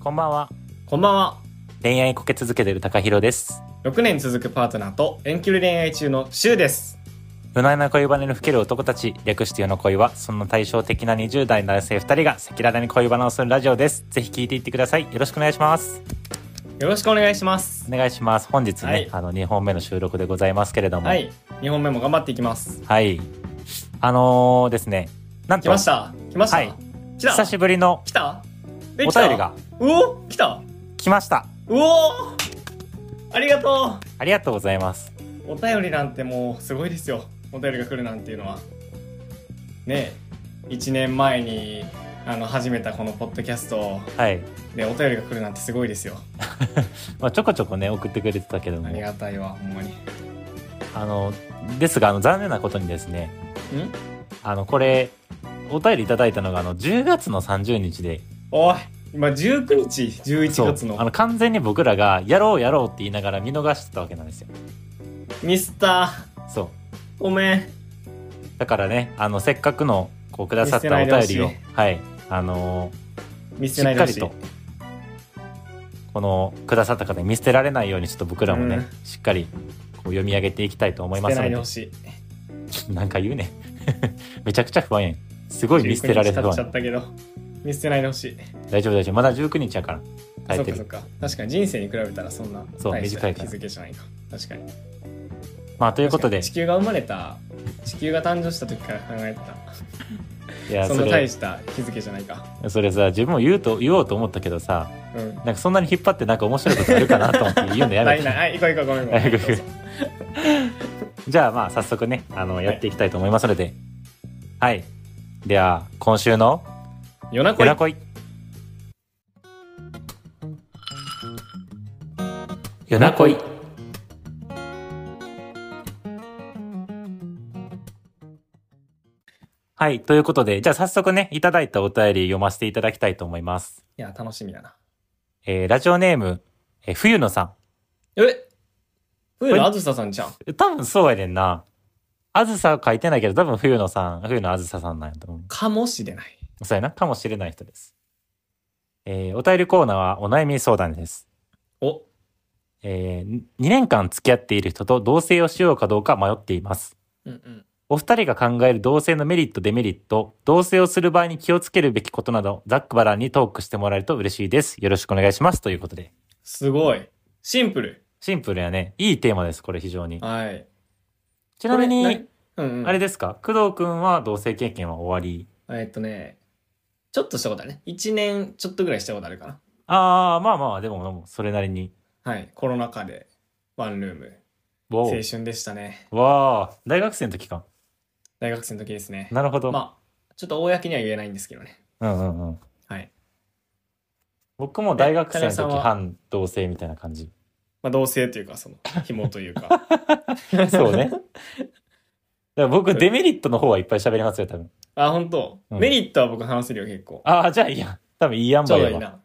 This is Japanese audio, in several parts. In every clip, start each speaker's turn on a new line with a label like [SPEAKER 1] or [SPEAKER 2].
[SPEAKER 1] こんばんは。
[SPEAKER 2] こんばんは。
[SPEAKER 1] 恋愛こけ続けてる高弘です。
[SPEAKER 2] 6年続くパートナーと遠距離恋愛中のシュウです。
[SPEAKER 1] 無難な恋バネの吹ける男たち、略して世の恋は、その対照的な20代の男性2人が赤裸々に恋バナをするラジオです。ぜひ聞いていってください。よろしくお願いします。
[SPEAKER 2] よろしくお願いします。
[SPEAKER 1] お願いします。本日ね、
[SPEAKER 2] はい
[SPEAKER 1] あの、2本目の収録でございますけれども。
[SPEAKER 2] は。い。2本目も頑張っていきます。
[SPEAKER 1] はい。あのー、ですね、なん
[SPEAKER 2] 来
[SPEAKER 1] と、
[SPEAKER 2] ました。来ました。
[SPEAKER 1] はい
[SPEAKER 2] 来た。
[SPEAKER 1] 久しぶりの
[SPEAKER 2] 来た
[SPEAKER 1] お
[SPEAKER 2] え
[SPEAKER 1] 便
[SPEAKER 2] 来た
[SPEAKER 1] りが
[SPEAKER 2] うお来た
[SPEAKER 1] 来ました。
[SPEAKER 2] うおありがと
[SPEAKER 1] ありがとうございます。
[SPEAKER 2] うお便りなんてもうすごいですよ。お便りが来るなんていうのは。ねえ、1年前にあの始めたこのポッドキャスト
[SPEAKER 1] はい。
[SPEAKER 2] でお便りが来るなんてすごいですよ。
[SPEAKER 1] まあ、ちょこちょこね、送ってくれてたけども
[SPEAKER 2] あ、りがたいわ、ほんまに。ん
[SPEAKER 1] あの、ですが、あの、残念なことにですね、あの、これ、お便りいただいたのが、あの、10月の30日で、
[SPEAKER 2] おい今19日11月
[SPEAKER 1] そうあ
[SPEAKER 2] の
[SPEAKER 1] の、完全に僕らが、やろうやろうって言いながら見逃してたわけなんですよ。
[SPEAKER 2] ミスタ
[SPEAKER 1] そう。
[SPEAKER 2] ーごめん
[SPEAKER 1] だからね、あの、せっかくの、こう、くださったお便
[SPEAKER 2] 見捨て
[SPEAKER 1] り
[SPEAKER 2] な
[SPEAKER 1] を
[SPEAKER 2] いで、
[SPEAKER 1] はい、あの
[SPEAKER 2] 見
[SPEAKER 1] ー
[SPEAKER 2] 捨
[SPEAKER 1] して
[SPEAKER 2] ない
[SPEAKER 1] っか
[SPEAKER 2] で
[SPEAKER 1] り
[SPEAKER 2] ほしい
[SPEAKER 1] と、この、くださった方に見捨てられないように、ちょっと僕らもね、
[SPEAKER 2] うん
[SPEAKER 1] しっかり、こう、読み上げていきたいと思い
[SPEAKER 2] 見
[SPEAKER 1] ま
[SPEAKER 2] 捨て
[SPEAKER 1] す
[SPEAKER 2] な
[SPEAKER 1] の
[SPEAKER 2] いで
[SPEAKER 1] で
[SPEAKER 2] ほ、しい
[SPEAKER 1] なんか言うね。 めちゃくちゃ不安やん。すごい見捨てられ
[SPEAKER 2] 19
[SPEAKER 1] 不
[SPEAKER 2] 日経っちゃ
[SPEAKER 1] 安。
[SPEAKER 2] ったけど見捨てないでほしい
[SPEAKER 1] 大丈夫大丈夫。まだ19日やから。耐
[SPEAKER 2] そ
[SPEAKER 1] え
[SPEAKER 2] ってかそ
[SPEAKER 1] る。
[SPEAKER 2] っか確かに人生に比べたらそんな
[SPEAKER 1] そう
[SPEAKER 2] 大し
[SPEAKER 1] 短
[SPEAKER 2] た
[SPEAKER 1] いか
[SPEAKER 2] 日
[SPEAKER 1] ら
[SPEAKER 2] 付じゃないか確かに
[SPEAKER 1] まあ、と
[SPEAKER 2] と
[SPEAKER 1] いうことで
[SPEAKER 2] 地、球が生まれた地球が誕生した時から考えて
[SPEAKER 1] い
[SPEAKER 2] た
[SPEAKER 1] や、そ
[SPEAKER 2] そんな大
[SPEAKER 1] れ、
[SPEAKER 2] した日付じゃないか
[SPEAKER 1] それさ、自分も言うと、言おうと思ったけどさ、
[SPEAKER 2] うん
[SPEAKER 1] なんかそんなに引っ張ってなんか面白いことやるかなと思って言うのや
[SPEAKER 2] な
[SPEAKER 1] め
[SPEAKER 2] い
[SPEAKER 1] て。
[SPEAKER 2] ないはい行こう行こうごめんごめん
[SPEAKER 1] はい
[SPEAKER 2] ど
[SPEAKER 1] 行
[SPEAKER 2] う
[SPEAKER 1] こう
[SPEAKER 2] ぞ
[SPEAKER 1] 行こじゃあまあ、早速ね、あの、やっていきたいと思いますので。はい。では、今週の、
[SPEAKER 2] 夜なこ
[SPEAKER 1] 夜
[SPEAKER 2] い
[SPEAKER 1] な恋。夜な恋。はい。ということで、じゃあ早速ね、いただいたお便り読ませていただきたいと思います。
[SPEAKER 2] いや楽しみだな
[SPEAKER 1] えーラジオネーム、えー冬野さ
[SPEAKER 2] え冬のあずささんじゃん
[SPEAKER 1] ん。多分そうやねんな。あずさは書いてないけど、多分冬野さん、冬野あずささんなんやと思。
[SPEAKER 2] かもしれないう
[SPEAKER 1] そうやな。かもしれない人です。えーお便りコーナーはお悩み相談です。
[SPEAKER 2] お
[SPEAKER 1] えー2年間付き合っている人と同棲をしようかどうか迷っています。
[SPEAKER 2] うんうん
[SPEAKER 1] お二人が考える同棲のメリット、デメリット、同棲をする場合に気をつけるべきことなど、ざっくばらんにトークしてもらえると嬉しいです。よろしくお願いします。ということで。
[SPEAKER 2] すごいシンプル
[SPEAKER 1] シンプルやね。いいテーマです、これ非常に。
[SPEAKER 2] はい
[SPEAKER 1] ちなみ
[SPEAKER 2] こ
[SPEAKER 1] に
[SPEAKER 2] れ、なうんうん、
[SPEAKER 1] あれですか工藤くんは同性経験は終わり
[SPEAKER 2] えっとね、ちょっとしたことあるね。1年ちょっとぐらいしたことあるかな。
[SPEAKER 1] ああ、まあまあ、でも、それなりに。
[SPEAKER 2] はい。コロナ禍で、ワンルーム。
[SPEAKER 1] わ
[SPEAKER 2] 青
[SPEAKER 1] ー
[SPEAKER 2] 春でしたね。
[SPEAKER 1] わあ、大学生の時か。
[SPEAKER 2] 大学生の時ですね。
[SPEAKER 1] なるほど。
[SPEAKER 2] まあ、ちょっと公には言えないんですけどね。
[SPEAKER 1] うんうんうん。
[SPEAKER 2] はい。
[SPEAKER 1] 僕も大学生の
[SPEAKER 2] え
[SPEAKER 1] 時
[SPEAKER 2] 金井さんは
[SPEAKER 1] 半同性みたいな 感じ。
[SPEAKER 2] まあ、同性というか、その、紐というか。
[SPEAKER 1] そうね。だから僕、
[SPEAKER 2] そう
[SPEAKER 1] デメリットの方はいっぱい喋りますよ、多分。
[SPEAKER 2] あ、本当、
[SPEAKER 1] うん
[SPEAKER 2] メリットは僕話せるよ、結構。
[SPEAKER 1] ああ、じゃあいいや。多分いいやん
[SPEAKER 2] ちょ
[SPEAKER 1] ば
[SPEAKER 2] う
[SPEAKER 1] い
[SPEAKER 2] ど
[SPEAKER 1] や
[SPEAKER 2] いい
[SPEAKER 1] わ。
[SPEAKER 2] な。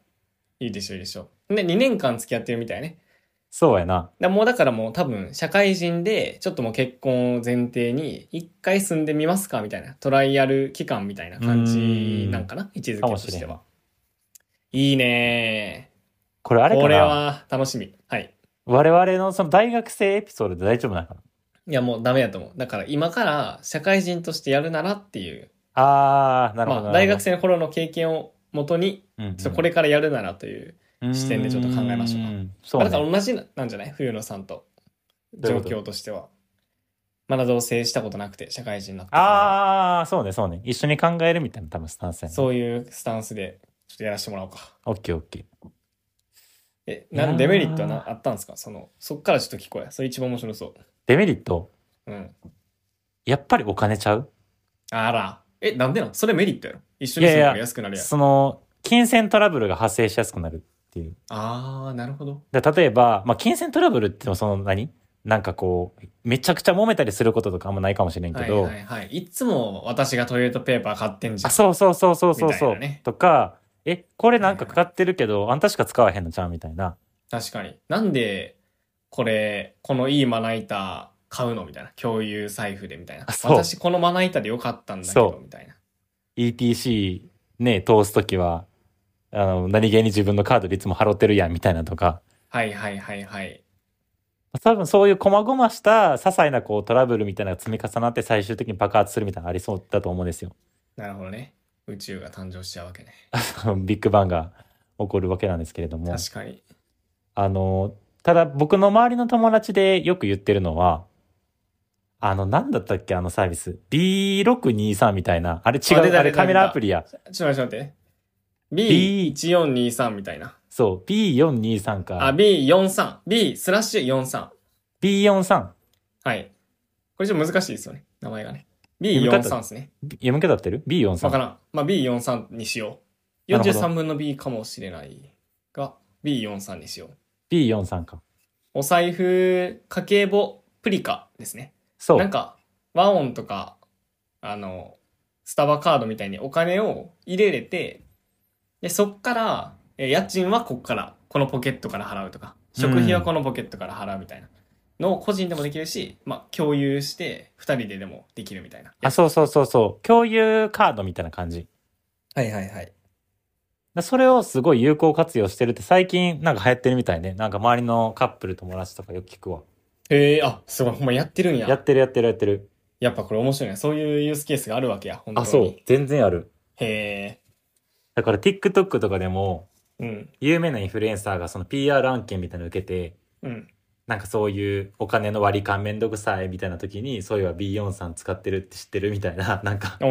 [SPEAKER 2] いいでしょ、いいでしょ。で、2年間付き合ってるみたいね。
[SPEAKER 1] そうやな。
[SPEAKER 2] だもうだからもう多分、社会人で、ちょっともう結婚を前提に、一回住んでみますかみたいな、トライアル期間みたいな感じなんかな位置づけとして
[SPEAKER 1] か
[SPEAKER 2] は。いいね
[SPEAKER 1] これあ
[SPEAKER 2] ー
[SPEAKER 1] れか
[SPEAKER 2] これ
[SPEAKER 1] な。
[SPEAKER 2] は楽しみ。はい。
[SPEAKER 1] 我々のその大学生エピソードで大丈夫なのかない
[SPEAKER 2] や、もうダメだと思う。だから今から社会人としてやるならっていう、
[SPEAKER 1] ああ、なるほど。
[SPEAKER 2] まあ大学生の頃の経験をもとに、
[SPEAKER 1] 生
[SPEAKER 2] ちょっとこれからやるならという。視点でちょっと考えましょうか
[SPEAKER 1] そう
[SPEAKER 2] あなた
[SPEAKER 1] ね。
[SPEAKER 2] 同じなんじゃない冬野さんと。
[SPEAKER 1] どうい
[SPEAKER 2] 状
[SPEAKER 1] うこと
[SPEAKER 2] 況としては。まだ同棲したことなくて、社会人になってからは。
[SPEAKER 1] ああ、そうね、そうね。一緒に考えるみたいな多分スタンスやね。
[SPEAKER 2] そういうスタンスで、ちょっとやらせてもらおうか。
[SPEAKER 1] オッケーオッケー。
[SPEAKER 2] え、なん
[SPEAKER 1] いや
[SPEAKER 2] デ
[SPEAKER 1] ー
[SPEAKER 2] メリットはなあったんですかその、そっからちょっと聞こうや。それ一番面白そ
[SPEAKER 1] デメリット、
[SPEAKER 2] う。うん。
[SPEAKER 1] やっぱりお金ちゃう
[SPEAKER 2] あら。え、なんでなんそれメリットやろ一緒に
[SPEAKER 1] いやい
[SPEAKER 2] 住む
[SPEAKER 1] や
[SPEAKER 2] のが安くなるやん。
[SPEAKER 1] その、金銭トラブルが発生しやすくなるっていう。
[SPEAKER 2] あー、なるほど。
[SPEAKER 1] で例えば、まあ、金銭トラブルってもその何なんかこう、めちゃくちゃ揉めたりすることとかあんまないかもしれんけ
[SPEAKER 2] はい
[SPEAKER 1] ど、
[SPEAKER 2] はいはい。いつも私がトイレットペーパー買ってんじ
[SPEAKER 1] あ、
[SPEAKER 2] ゃん。
[SPEAKER 1] そうそうそうそうそうそ
[SPEAKER 2] みた
[SPEAKER 1] う、
[SPEAKER 2] いなね
[SPEAKER 1] とか、え、これなんかかかってるけど、あんたしか使わへんのちゃうみたいな。
[SPEAKER 2] 確かに。なんで、これ、このいいまな板買うのみたいな。共有財布でみたいな
[SPEAKER 1] あ。そう
[SPEAKER 2] 私このまな板でよかったんだけど
[SPEAKER 1] そ、
[SPEAKER 2] みたいな。
[SPEAKER 1] ETC ね、通すときは、あの、何気に自分のカードでいつも払ってるやんみたいなとか、
[SPEAKER 2] はいはいはいはい。
[SPEAKER 1] 多分そういう細々した些細なこうトラブルみたいなのが積み重なって最終的に爆発するみたいなのありそうだと思うんですよ。
[SPEAKER 2] なるほどね。宇宙が誕生しちゃうわけね。
[SPEAKER 1] ビッグバンが起こるわけなんですけれども。
[SPEAKER 2] 確かに。
[SPEAKER 1] あの、ただ僕の周りの友達でよく言ってるのは、あの、なんだったっけあのサービス。B623 みたいな。あれ違
[SPEAKER 2] あ出
[SPEAKER 1] う。
[SPEAKER 2] た
[SPEAKER 1] あれ
[SPEAKER 2] 出た
[SPEAKER 1] カメラアプリや。
[SPEAKER 2] ちょっと待って、ちょっと待って。B1423 みたいな。
[SPEAKER 1] そう。B423
[SPEAKER 2] あ、
[SPEAKER 1] か。
[SPEAKER 2] B43。B スラッシュ43。
[SPEAKER 1] B43。
[SPEAKER 2] はい。これちょっと難しいですよね。名前がね。
[SPEAKER 1] 読み方
[SPEAKER 2] B43 ですね。
[SPEAKER 1] 読み方合ってる
[SPEAKER 2] わか
[SPEAKER 1] ?B43。
[SPEAKER 2] らん。まあ B43 にしよう。
[SPEAKER 1] なるほど
[SPEAKER 2] 43分の B かもしれないが、B43 にしよう。
[SPEAKER 1] B43 か。
[SPEAKER 2] お財布、家計簿、プリカですね。
[SPEAKER 1] そ
[SPEAKER 2] なん
[SPEAKER 1] う。
[SPEAKER 2] か、和音とか、あの、スタバカードみたいにお金を入れれて、で、そっから、えー家賃はこっから、このポケットから払うとか、食費はこのポケットから払うみたいなのを個人でもできるし、まあ、共有して、二人ででもできるみたいな。
[SPEAKER 1] あ、そうそうそうそう。共有カードみたいな感じ。
[SPEAKER 2] はいはいはい。
[SPEAKER 1] だそれをすごい有効活用してるって最近なんか流行ってるみたいね。なんか周りのカップル友達とかよく聞くわ。
[SPEAKER 2] へえ、あ、すごい、ほんまやってるんや。
[SPEAKER 1] や
[SPEAKER 2] や
[SPEAKER 1] ってるやってるやってる。
[SPEAKER 2] っぱこれ面白いね。そういうユースケースがあるわけや、本当
[SPEAKER 1] あ、
[SPEAKER 2] に。
[SPEAKER 1] そう。。全然ある。
[SPEAKER 2] へ
[SPEAKER 1] だから TikTok とかでも、
[SPEAKER 2] え、うん、
[SPEAKER 1] 有名なインフルエンサーがその PR 案件みたいなの受けて、
[SPEAKER 2] うん。
[SPEAKER 1] なんかそういうお金の割り勘めんどくさいみたいな時に、そういえば B4 さん使ってるって知ってるみたいな、 なんか、
[SPEAKER 2] お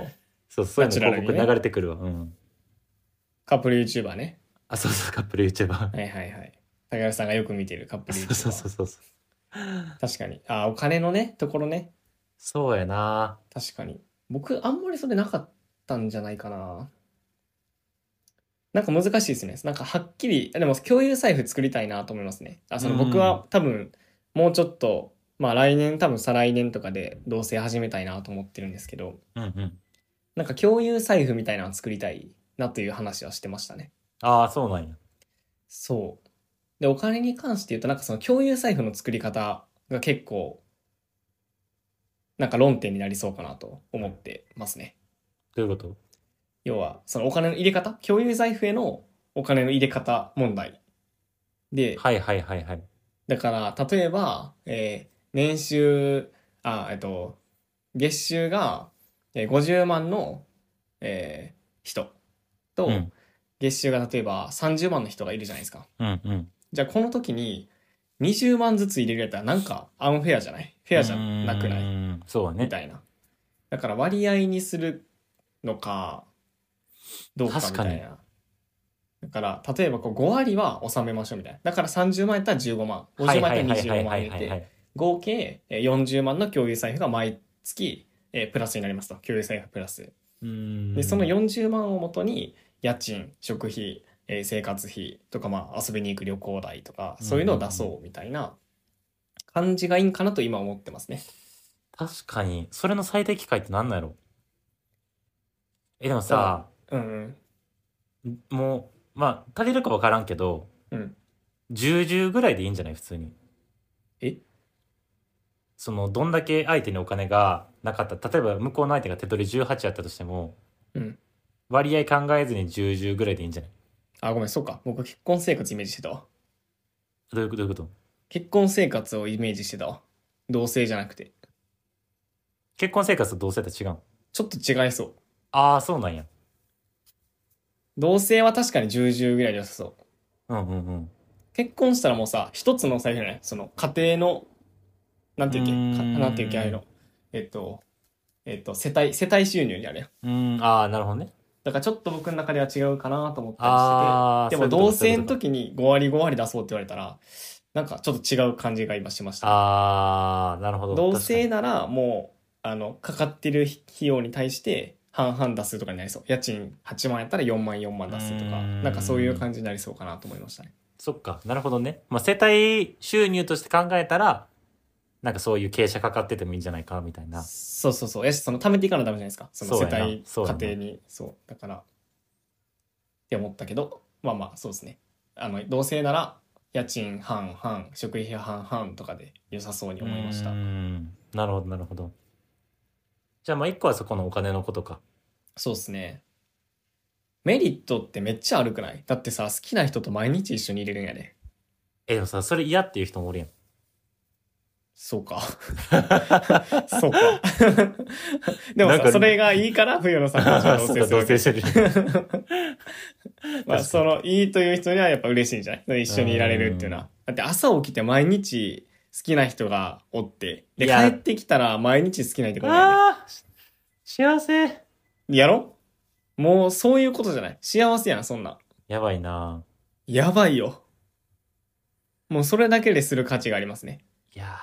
[SPEAKER 2] ー、
[SPEAKER 1] そう、そういうの
[SPEAKER 2] ナチュラル
[SPEAKER 1] 広
[SPEAKER 2] にね
[SPEAKER 1] 告流れてくるわ。うん。
[SPEAKER 2] カップル YouTuber ね。
[SPEAKER 1] あ、そうそう、カップル YouTuber。
[SPEAKER 2] はいはいはい。高橋さんがよく見てるカップル
[SPEAKER 1] そうそうそうそう。
[SPEAKER 2] 確かに。あー、お金のね、ところね。
[SPEAKER 1] そうやな
[SPEAKER 2] 確かに。僕、あんまりそれなかったんじゃないかな。なんか難しいですね。なんかはっきり、でも共有財布作りたいなと思いますね。あ、そ
[SPEAKER 1] う
[SPEAKER 2] の
[SPEAKER 1] ん
[SPEAKER 2] 僕は多分、もうちょっと、まあ来年、多分再来年とかで同棲始めたいなと思ってるんですけど、
[SPEAKER 1] うんうん。
[SPEAKER 2] なんか共有財布みたいなの作りたいなという話はしてましたね。
[SPEAKER 1] ああ、そうなんや。
[SPEAKER 2] そう。で、お金に関して言うと、なんかその共有財布の作り方が結構、なんか論点になりそうかなと思ってますね。
[SPEAKER 1] どういうこと
[SPEAKER 2] 要は、そのお金の入れ方、共有財布へのお金の入れ方問題。で、
[SPEAKER 1] はいはいはいはい。
[SPEAKER 2] だから、例えば、えー年収、あ、えっと、月収がえー50万の、えー人と、
[SPEAKER 1] うん。
[SPEAKER 2] 月収が例えば30万の人がいるじゃないですか。
[SPEAKER 1] うんうん。
[SPEAKER 2] じゃあこの時に20万ずつ入れるやったらなんかアンフェアじゃないフ
[SPEAKER 1] フ
[SPEAKER 2] ェアじゃなくない
[SPEAKER 1] そうね
[SPEAKER 2] み。たいな。だから割合にするのか、どうかみ
[SPEAKER 1] 確
[SPEAKER 2] た
[SPEAKER 1] かに
[SPEAKER 2] いな。だから、例えばこう5割は納めましょうみたいな。だから30万やったら15万、50
[SPEAKER 1] はい
[SPEAKER 2] 万
[SPEAKER 1] は
[SPEAKER 2] や
[SPEAKER 1] い
[SPEAKER 2] った
[SPEAKER 1] は
[SPEAKER 2] ら
[SPEAKER 1] いはい
[SPEAKER 2] 25万
[SPEAKER 1] は
[SPEAKER 2] 入
[SPEAKER 1] い
[SPEAKER 2] れ
[SPEAKER 1] はいは
[SPEAKER 2] て、
[SPEAKER 1] い。
[SPEAKER 2] 合計えー40万の共有財布が毎月えープラスになりますと。共有財布プラス。
[SPEAKER 1] うーん
[SPEAKER 2] でその40万をもとに家賃食費、えー生活費とか、まあ、遊びに行く旅行代とか
[SPEAKER 1] うん
[SPEAKER 2] そういうのを出そうみたいな感じがいいんかなと今思ってますね。
[SPEAKER 1] 確かに、それの最適解って何なんやろえ、でもさ、
[SPEAKER 2] うんうん、
[SPEAKER 1] もう、まあ、足りるか分からんけど、
[SPEAKER 2] うん
[SPEAKER 1] 10、10ぐらいでいいんじゃない普通に。
[SPEAKER 2] え
[SPEAKER 1] その、どんだけ相手にお金がなかった。例えば、向こうの相手が手取り18やったとしても、
[SPEAKER 2] うん
[SPEAKER 1] 割合考えずに10、10ぐらいでいいんじゃない
[SPEAKER 2] あごめんそうか僕結婚生活イメージしてたわ
[SPEAKER 1] どういうことどういうこと
[SPEAKER 2] 結婚生活をイメージしてたわ同性じゃなくて
[SPEAKER 1] 結婚生活と同性と違うん
[SPEAKER 2] ちょっと違いそう
[SPEAKER 1] ああ、そうなんや。
[SPEAKER 2] 同性は確かに重々ぐらいで良さそう
[SPEAKER 1] うんうんうん。
[SPEAKER 2] 結婚したらもうさ一つの財布じゃないその家庭のなんていうっけ
[SPEAKER 1] う
[SPEAKER 2] か
[SPEAKER 1] ーん
[SPEAKER 2] なんていうっけああいうのえっとえっと世帯世帯収入にあるやん
[SPEAKER 1] うーん、ああ、なるほどね。
[SPEAKER 2] だからちょっと僕の中では違うかなと思った
[SPEAKER 1] ああ、
[SPEAKER 2] りしてて、でも
[SPEAKER 1] そういうこと
[SPEAKER 2] 同性
[SPEAKER 1] そう
[SPEAKER 2] の
[SPEAKER 1] いうこ
[SPEAKER 2] 時に5割5割出そうって言われたら、なんかちょっと違う感じが今しまし
[SPEAKER 1] と
[SPEAKER 2] た。
[SPEAKER 1] ああ、なるほど。
[SPEAKER 2] 同
[SPEAKER 1] 確
[SPEAKER 2] 性ならもう、あの、かかってる費用に対して半々出すとかになりそう。家賃8万やったら4万4万出すと
[SPEAKER 1] う
[SPEAKER 2] か、
[SPEAKER 1] ーん
[SPEAKER 2] なんかそういう感じになりそうかなと思いましたね。
[SPEAKER 1] そっか、なるほどね。まあ、世帯収入として考えたら、なんかそういう傾斜かかっててもいいんじゃないかみたいな。
[SPEAKER 2] そうそうそう。やし、その貯めていかないとダメじゃないですか。その
[SPEAKER 1] そう
[SPEAKER 2] 世
[SPEAKER 1] やな
[SPEAKER 2] 帯、
[SPEAKER 1] そうやな
[SPEAKER 2] 家庭に。そう。だから、って思ったけど、まあまあ、そうですね。あの、同性なら、家賃半々、食費半々とかで良さそうに思いました
[SPEAKER 1] うー。んなるほど、なるほど。じゃあ、まあ、一個はそこのお金のことか。
[SPEAKER 2] そうですね。メリットってめっちゃあるくないだってさ、好きな人と毎日一緒にいれるんやで。
[SPEAKER 1] え、でもさ、それ嫌っていう人もお るやん。
[SPEAKER 2] そ うか。そうか。でも
[SPEAKER 1] なんか
[SPEAKER 2] さ、それがいいから、冬野さんたちは同
[SPEAKER 1] そ
[SPEAKER 2] 棲
[SPEAKER 1] うか同棲
[SPEAKER 2] す
[SPEAKER 1] して る。
[SPEAKER 2] る。まあ、その、いいという人にはやっぱ嬉しいんじゃない一緒にいられるっていうのは。だって朝起きて毎日好きな人がおって、で、
[SPEAKER 1] い
[SPEAKER 2] 帰
[SPEAKER 1] や
[SPEAKER 2] ってきたら毎日好きな人がおるんやで
[SPEAKER 1] ああ幸せ
[SPEAKER 2] やろもうそういうことじゃない幸せやん、そんなん。
[SPEAKER 1] やばいな
[SPEAKER 2] やばいよ。もうそれだけでする価値がありますね。
[SPEAKER 1] いや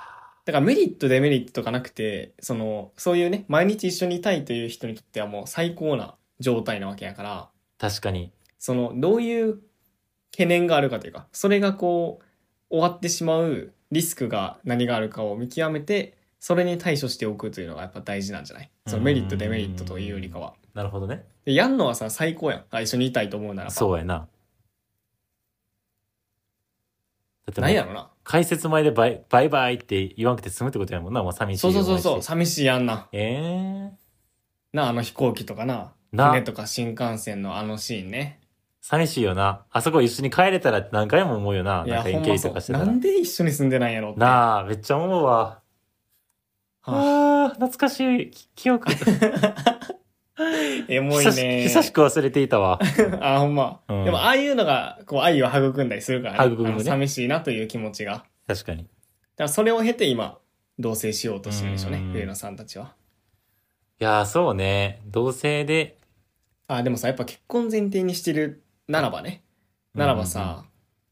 [SPEAKER 2] だからメリット、デメリットとかなくて、その、そういうね、毎日一緒にいたいという人にとってはもう最高な状態なわけやから、
[SPEAKER 1] ー確かに。
[SPEAKER 2] その、どういう懸念があるかというか、それがこう、終わってしまうリスクが何があるかを見極めて、それに対処しておくというのがやっぱ大事なんじゃないそのメリット、デメリットというよりかは。
[SPEAKER 1] なるほどね。
[SPEAKER 2] でやんのはさ、最高やん。あ一緒にいたいと思うならば。
[SPEAKER 1] そうやな。だっても
[SPEAKER 2] なんや
[SPEAKER 1] う、
[SPEAKER 2] ろな。
[SPEAKER 1] 解説前でバイバイバイって言わんくて済むってことやもんな、もう寂しい
[SPEAKER 2] そう
[SPEAKER 1] 思いし
[SPEAKER 2] そ
[SPEAKER 1] て。
[SPEAKER 2] うそうそう、寂しいやんな。
[SPEAKER 1] ええー。
[SPEAKER 2] な、あの飛行機とかな。
[SPEAKER 1] な
[SPEAKER 2] 船とか新幹線のあのシーンね。
[SPEAKER 1] 寂しいよな。あそこ一緒に帰れたらって何回も思うよな。
[SPEAKER 2] い
[SPEAKER 1] な
[SPEAKER 2] や、
[SPEAKER 1] んか
[SPEAKER 2] ほ
[SPEAKER 1] 遠距
[SPEAKER 2] んま
[SPEAKER 1] 離
[SPEAKER 2] そ
[SPEAKER 1] とかして
[SPEAKER 2] う。
[SPEAKER 1] た
[SPEAKER 2] な
[SPEAKER 1] ら。
[SPEAKER 2] んで一緒に住んでないんやろって。
[SPEAKER 1] なあ、めっちゃ思うわ。
[SPEAKER 2] はあ
[SPEAKER 1] ああ、懐かしいき記 憶。
[SPEAKER 2] エモい
[SPEAKER 1] 久し
[SPEAKER 2] ね。
[SPEAKER 1] 久しく忘れていたわ。
[SPEAKER 2] あ、ほんま。
[SPEAKER 1] うん
[SPEAKER 2] でも、ああいうのが、こう、愛を育んだりするからね。
[SPEAKER 1] 育むね
[SPEAKER 2] あの寂しいなという気持ちが。だか
[SPEAKER 1] 確かに。
[SPEAKER 2] ら、それを経て今、同棲しようとしてるんでしょうね
[SPEAKER 1] う。ん
[SPEAKER 2] 上野さんたちは。
[SPEAKER 1] いやー、そうね。同性で。
[SPEAKER 2] あ、でもさ、やっぱ結婚前提にしてるならばね。ならばさ、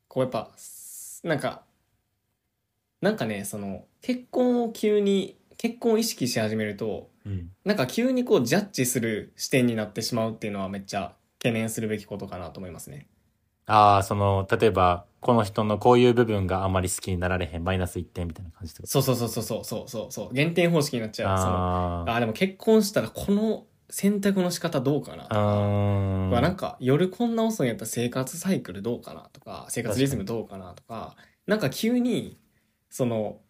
[SPEAKER 2] こうやっぱ、なんか、なんかね、その、結婚を急に、結婚を意識し始めると、
[SPEAKER 1] うん、うん。
[SPEAKER 2] なんか急にこうジャッジする視点になってしまうっていうのはめっちゃ懸念するべきことかなと思いますね。
[SPEAKER 1] ああ、その、例えば、この人のこういう部分があまり好きになられへん、マイナス1点みたいな感じってこと
[SPEAKER 2] そうそうそうそうそうそうそうそう。減点方式になっちゃう。その
[SPEAKER 1] あ
[SPEAKER 2] あ、でも結婚したらこの選択の仕方どうかなと
[SPEAKER 1] あ。う
[SPEAKER 2] か。
[SPEAKER 1] ーん。
[SPEAKER 2] まあなんか夜こんな遅いんやったら生活サイクルどうかなとか生活リズムどうかなとかなんか急にその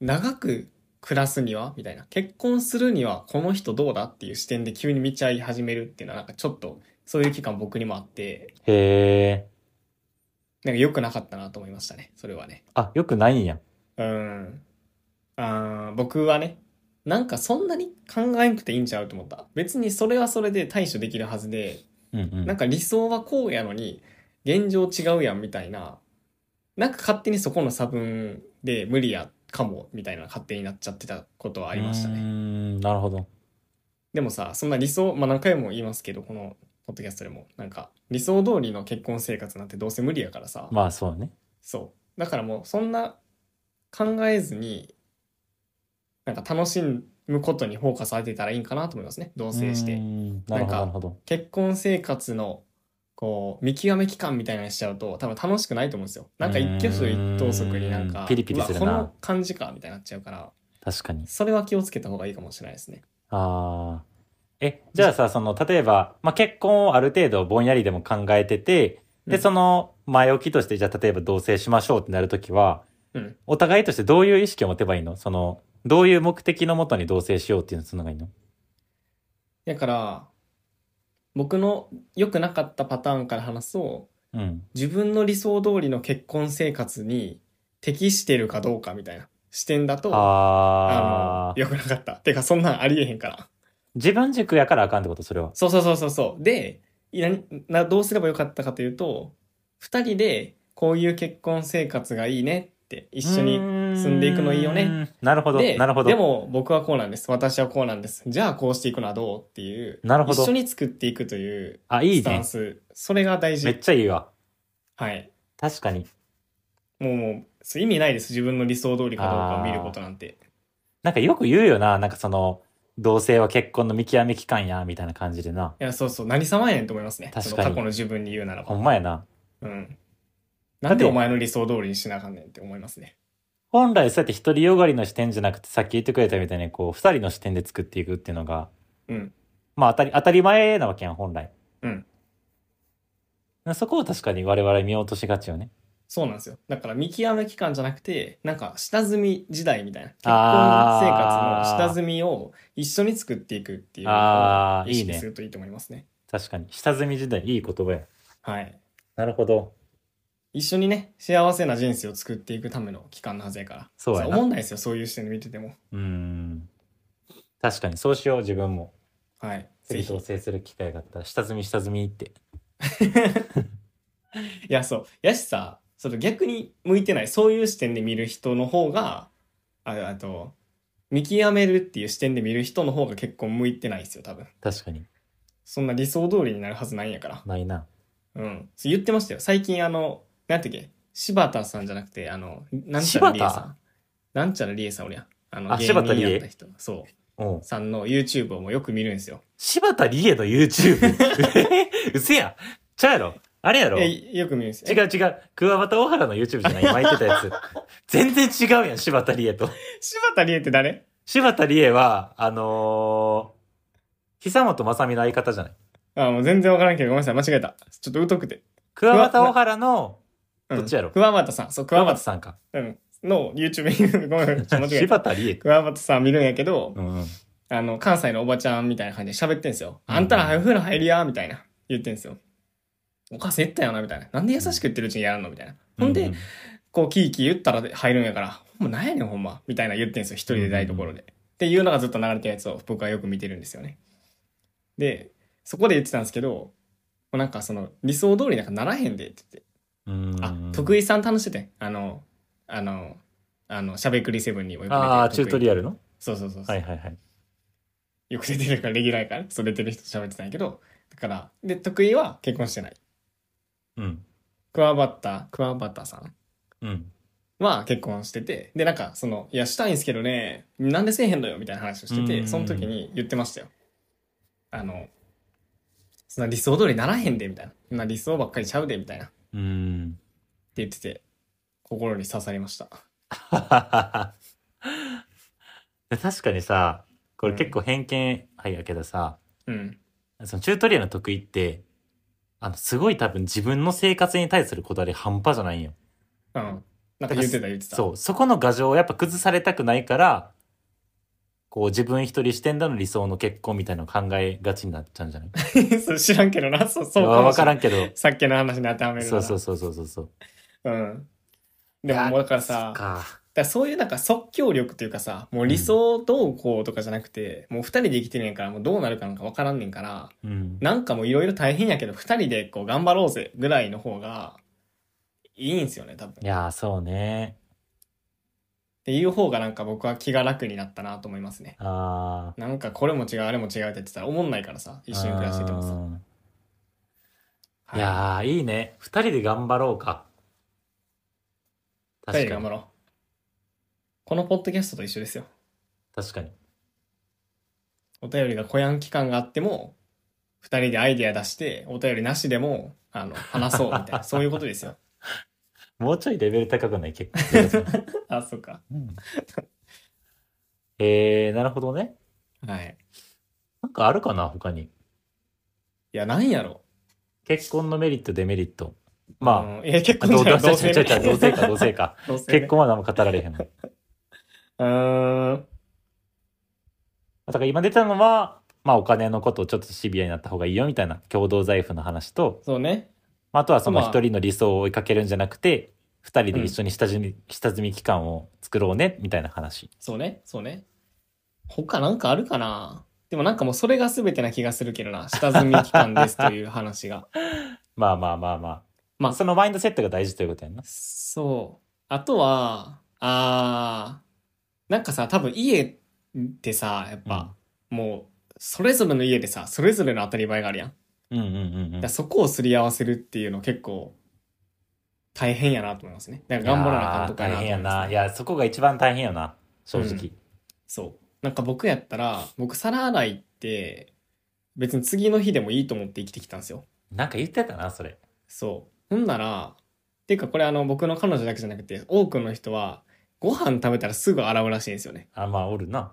[SPEAKER 2] 長く暮らすにはみたいな結婚するにはこの人どうだっていう視点で急に見ちゃい始めるっていうのはなんかちょっとそういう期間僕にもあって
[SPEAKER 1] へえ。
[SPEAKER 2] なんか良くなかったなと思いましたね。それはね。
[SPEAKER 1] あ、よくないんや。
[SPEAKER 2] うん。あー僕はね、なんかそんなに考えなくていいんちゃうと思った。別にそれはそれで対処できるはずで、
[SPEAKER 1] うんうん。
[SPEAKER 2] なんか理想はこうやのに、現状違うやんみたいな、なんか勝手にそこの差分で無理やかもみたいな勝手になっちゃってたことはありました
[SPEAKER 1] うー
[SPEAKER 2] ね。
[SPEAKER 1] ん、なるほど。
[SPEAKER 2] でもさ、そんな理想、まあ何回も言いますけど、このポッドキャストでも、なんか理想通りの結婚生活なんてどうせ無理やからさ、
[SPEAKER 1] まあそうね。
[SPEAKER 2] そう。だからもうそんな考えずに、なんか楽しむことにフォーカスされてたらいいんかなと思いますね。同棲し
[SPEAKER 1] うー
[SPEAKER 2] て。
[SPEAKER 1] んなるほど、
[SPEAKER 2] なんか
[SPEAKER 1] なるほど。
[SPEAKER 2] 結婚生活の、こう、見極め期間みたいなのにしちゃうと、多分楽しくないと思うんですよ。なんか一挙手一投足になん
[SPEAKER 1] うー
[SPEAKER 2] か
[SPEAKER 1] ん、ピリピリするな
[SPEAKER 2] うわこの感じか、みたいになっちゃうから、
[SPEAKER 1] 確かに。
[SPEAKER 2] それは気をつけた方がいいかもしれないですね。
[SPEAKER 1] ああ。え、じゃあさ、その、例えば、まあ、結婚をある程度ぼんやりでも考えてて、で、
[SPEAKER 2] うん
[SPEAKER 1] その、前置きとして、じゃあ例えば同棲しましょうってなるときは、
[SPEAKER 2] うん
[SPEAKER 1] お互いとしてどういう意識を持てばいいのその、どういう目的のもとに同棲しようっていうのするのがいいの
[SPEAKER 2] だから、僕の良くなかったパターンから話すと、
[SPEAKER 1] うん。
[SPEAKER 2] 自分の理想通りの結婚生活に適してるかどうかみたいな視点だと、あ
[SPEAKER 1] ああ
[SPEAKER 2] の、。よくなかった。てか、そんなんありえへんから。
[SPEAKER 1] 自分軸やからあかんってこと、それは。
[SPEAKER 2] そうそうそうそうそう。で、いななどうすればよかったかというと、二人でこういう結婚生活がいいねって、一緒に。
[SPEAKER 1] 住
[SPEAKER 2] んでいくのいいよね。
[SPEAKER 1] なるほど、
[SPEAKER 2] で、
[SPEAKER 1] なるほど。
[SPEAKER 2] でも僕はこうなんです。私はこうなんです。じゃあこうしていくのはどうっていう、
[SPEAKER 1] なるほど
[SPEAKER 2] 一緒に作っていくという
[SPEAKER 1] あ、いい
[SPEAKER 2] スタ
[SPEAKER 1] ね
[SPEAKER 2] ン。ス。それが大
[SPEAKER 1] めっ
[SPEAKER 2] 事。
[SPEAKER 1] ちゃいいわ。
[SPEAKER 2] はい。
[SPEAKER 1] 確かに。
[SPEAKER 2] もうもう、そう意味ないです。自分の理想通りかどうかを見ることなんて。
[SPEAKER 1] なんかよく言うよな、なんかその、同性は結婚の見極め期間や、みたいな感じでな。
[SPEAKER 2] いや、そうそう、何様やねんと思いますね。
[SPEAKER 1] 確かに
[SPEAKER 2] その過去の自分に言うなら
[SPEAKER 1] ほ
[SPEAKER 2] ば。
[SPEAKER 1] んまやな。
[SPEAKER 2] うん。なんでお前の理想通りにしなあかんねんって思いますね。
[SPEAKER 1] 本来そうやって独りよがりの視点じゃなくて、さっき言ってくれたみたいに、こう、二人の視点で作っていくっていうのが、
[SPEAKER 2] うん。
[SPEAKER 1] まあ当たり、当たり前なわけやん、本来。
[SPEAKER 2] うん。
[SPEAKER 1] そこを確かに我々見落としがちよね。
[SPEAKER 2] そうなんですよ。だから見極め期間じゃなくて、なんか下積み時代みたいな。結婚
[SPEAKER 1] あー
[SPEAKER 2] 生活の下積みを一緒に作っていくっていうのを
[SPEAKER 1] あーいい
[SPEAKER 2] 意識
[SPEAKER 1] ね
[SPEAKER 2] するといいと思いますね。
[SPEAKER 1] 確かに。下積み時代、いい言葉や。
[SPEAKER 2] はい。
[SPEAKER 1] なるほど。
[SPEAKER 2] 一緒にね、幸せな人生を作っていくための期間のはずやから。
[SPEAKER 1] そうやな
[SPEAKER 2] 思んないですよ、そういう視点で見てても。
[SPEAKER 1] うーん。確かに、そうしよう、自分も。
[SPEAKER 2] はい。
[SPEAKER 1] 次
[SPEAKER 2] ぜひ。
[SPEAKER 1] 同
[SPEAKER 2] い
[SPEAKER 1] 棲する機会があったら、下積み下積みって。
[SPEAKER 2] や、そう。やしさ、その逆に向いてない、そういう視点で見る人の方が、ああと、見極めるっていう視点で見る人の方が結構向いてないですよ、多分。
[SPEAKER 1] 確かに。
[SPEAKER 2] そんな理想通りになるはずないんやから。
[SPEAKER 1] ないな。
[SPEAKER 2] うん。そう言ってましたよ。最近あの、なんていうっけ、柴田さんじゃなくて、あの、なんちゃら理恵
[SPEAKER 1] 柴
[SPEAKER 2] さん。なんちゃら理恵さん、俺や。あの、
[SPEAKER 1] あ
[SPEAKER 2] 芸
[SPEAKER 1] 柴田
[SPEAKER 2] 人
[SPEAKER 1] 理恵
[SPEAKER 2] やった人。そう。
[SPEAKER 1] うん。
[SPEAKER 2] さんの YouTube をもうよく見るんですよ。
[SPEAKER 1] 柴田理恵の YouTube。えうせや。ちゃうやろ。あれやろ。
[SPEAKER 2] え、
[SPEAKER 1] 違う
[SPEAKER 2] よく見るんですよ。
[SPEAKER 1] 違う。クワバタ大原の YouTube じゃない。今言ってた やつ。全然違うやん、柴田理恵と。
[SPEAKER 2] え柴田理恵って誰
[SPEAKER 1] 柴田理恵は、あのー、久本雅美の相方じゃない。
[SPEAKER 2] あ、もう全然わからんけど、ごめんなさい、間違えた。ちょっと疎くて。
[SPEAKER 1] クワバタ大原の、
[SPEAKER 2] うん
[SPEAKER 1] どっちやろ
[SPEAKER 2] 桑畑さん。そう、桑
[SPEAKER 1] 桑畑
[SPEAKER 2] 畑さ
[SPEAKER 1] さんか。
[SPEAKER 2] ん。うん。の YouTube ごめん、ちょっと間違えた。
[SPEAKER 1] 柴田理恵。
[SPEAKER 2] 桑畑さん見るんやけど
[SPEAKER 1] う、んうん。
[SPEAKER 2] あの、関西のおばちゃんみたいな感じで喋ってんすよ。
[SPEAKER 1] うん
[SPEAKER 2] あんたら早く風呂入りや、みたいな。言ってんすよ。お母さん言ったよな、みたいな。なんで優しく言ってるうちにやらんのみたいな。ほん
[SPEAKER 1] う
[SPEAKER 2] で
[SPEAKER 1] う、
[SPEAKER 2] こう、キーキー言ったら入るんやから、ほんまなんやねん、ほんま。みたいな言ってんすよ、一人で台所で。っていうのがずっと流れてるやつを僕はよく見てるんですよね。で、そこで言ってたんですけど、もうなんかその、理想通りなんかならへんでって言って、
[SPEAKER 1] うん
[SPEAKER 2] あ、徳
[SPEAKER 1] 意。
[SPEAKER 2] 井さん楽してて、あの、あの、あの、しゃべくりセブンにもよく出てる。
[SPEAKER 1] ああ、チュートリ
[SPEAKER 2] アル。
[SPEAKER 1] アルの
[SPEAKER 2] そうそうそうそう。
[SPEAKER 1] はいはいはい。
[SPEAKER 2] よく出てるから、レギュラーやからね、そう出てる人と喋ってたんやけど、だから、で、徳井は結婚してない。
[SPEAKER 1] うん。
[SPEAKER 2] クワバッター、クワバッターさん
[SPEAKER 1] うん。
[SPEAKER 2] は結婚してて、で、なんか、その、いや、したいんですけどね、なんでせえへんのよ、みたいな話をして
[SPEAKER 1] う
[SPEAKER 2] て、
[SPEAKER 1] ん
[SPEAKER 2] その時に言ってましたよ。あの、そんな理想通りならへんで、みたいな。そんな理想ばっかりちゃうで、みたいな。って
[SPEAKER 1] うん。
[SPEAKER 2] 言ってて、心に刺さりました。
[SPEAKER 1] 確かにさ、これ結構偏見、はいやけどさ、
[SPEAKER 2] うん。
[SPEAKER 1] そのチュートリアルの得意って、あの、すごい多分自分の生活に対するこだわり半端じゃないんよ。
[SPEAKER 2] うん。なんか言ってた、言ってた。
[SPEAKER 1] そう、そこの牙城をやっぱ崩されたくないから、こう自分一人視点での理想の結婚みたいなのを考えがちになっちゃうんじゃない
[SPEAKER 2] そう知らんけどな、そう、そうか
[SPEAKER 1] わ
[SPEAKER 2] も
[SPEAKER 1] わ
[SPEAKER 2] し
[SPEAKER 1] から
[SPEAKER 2] れない。
[SPEAKER 1] んけど。
[SPEAKER 2] さっきの話に当てはめるな
[SPEAKER 1] そう
[SPEAKER 2] ら
[SPEAKER 1] そうそうそうそうそう。
[SPEAKER 2] うん。で
[SPEAKER 1] い
[SPEAKER 2] も
[SPEAKER 1] や
[SPEAKER 2] もうだからさ、
[SPEAKER 1] そっか
[SPEAKER 2] だからそういうなんか即興力というかさ、もう理想どうこうとかじゃなくて、もう二人で生きてるんやから、もうどうなるかなんかわからんねんから、
[SPEAKER 1] うん。
[SPEAKER 2] なんかもういろいろ大変やけど、二人でこう頑張ろうぜぐらいの方が、いいんすよね、多分。
[SPEAKER 1] い
[SPEAKER 2] っ
[SPEAKER 1] やー、そうね。
[SPEAKER 2] ていう方がなんか僕は気が楽になったなと思いますね。
[SPEAKER 1] あー。
[SPEAKER 2] なんかこれも違う、あれも違うって言ってたら、思んないからさ、一緒に暮らしててもさ。
[SPEAKER 1] うん
[SPEAKER 2] はい
[SPEAKER 1] やー、いいね。二人で頑張ろうか。
[SPEAKER 2] 二人
[SPEAKER 1] 確
[SPEAKER 2] で
[SPEAKER 1] か
[SPEAKER 2] 頑
[SPEAKER 1] に。
[SPEAKER 2] 張ろう。このポッドキャストと一緒ですよ。
[SPEAKER 1] 確かに。
[SPEAKER 2] お便りが小やん期間があっても、二人でアイディア出して、お便りなしでも、あの、話そうみたいな、 そういうことですよ。
[SPEAKER 1] もうちょいレベル高くない結構。
[SPEAKER 2] あ、そうか。
[SPEAKER 1] うん えー、なるほどね。
[SPEAKER 2] はい。
[SPEAKER 1] なんかあるかな他に。
[SPEAKER 2] いや、なんやろ。
[SPEAKER 1] 結婚のメリット、デメリット。まあ、
[SPEAKER 2] うん、いや、結
[SPEAKER 1] あど
[SPEAKER 2] 婚
[SPEAKER 1] う
[SPEAKER 2] じ
[SPEAKER 1] ど
[SPEAKER 2] ゃ
[SPEAKER 1] う
[SPEAKER 2] ない
[SPEAKER 1] せ
[SPEAKER 2] 同
[SPEAKER 1] ちゃ
[SPEAKER 2] 性
[SPEAKER 1] うちゃ うちゃう同性か、同性か。
[SPEAKER 2] 同性ね
[SPEAKER 1] 結婚は何も語られへんもん。だ
[SPEAKER 2] うーん。
[SPEAKER 1] から今出たのは、まあお金のことをちょっとシビアになった方がいいよみたいな共同財布の話と、
[SPEAKER 2] そうね。
[SPEAKER 1] まああとはその
[SPEAKER 2] まあ
[SPEAKER 1] 一人の理想を追いかけるんじゃなくて、二人で一緒に下積み、下積み期間を作ろうね、みたいな話。
[SPEAKER 2] そうね。そうね。他なんかあるかなでもなんかもうそれが全てな気がするけどな。下積み期間ですという 話が。
[SPEAKER 1] まあまあまあまあ。
[SPEAKER 2] ま
[SPEAKER 1] ま
[SPEAKER 2] あ
[SPEAKER 1] あそのマインドセットが大事ということやんな。
[SPEAKER 2] そう。あとは、あー、なんかさ、多分家ってさ、やっぱ、もう、それぞれの家でさ、それぞれの当たり前があるやん。だか
[SPEAKER 1] うんうんうんうん
[SPEAKER 2] ら。そこをすり合わせるっていうの結構、大変やなと思いますね。だから頑張らなあかんとか
[SPEAKER 1] い
[SPEAKER 2] な
[SPEAKER 1] やー大
[SPEAKER 2] と思
[SPEAKER 1] 変
[SPEAKER 2] い
[SPEAKER 1] や
[SPEAKER 2] ます
[SPEAKER 1] な。いや、そこが一番大変やな。正直。
[SPEAKER 2] うんそう。なんか僕やったら、僕皿洗いって、別に次の日でもいいと思って生きてきたんですよ。
[SPEAKER 1] なんか言ってたな、それ。
[SPEAKER 2] そう。ほんなら、ていうかこれあの僕の彼女だけじゃなくて、多くの人は、ご飯食べたらすぐ洗うらしいんですよね。
[SPEAKER 1] あ、まあおるな。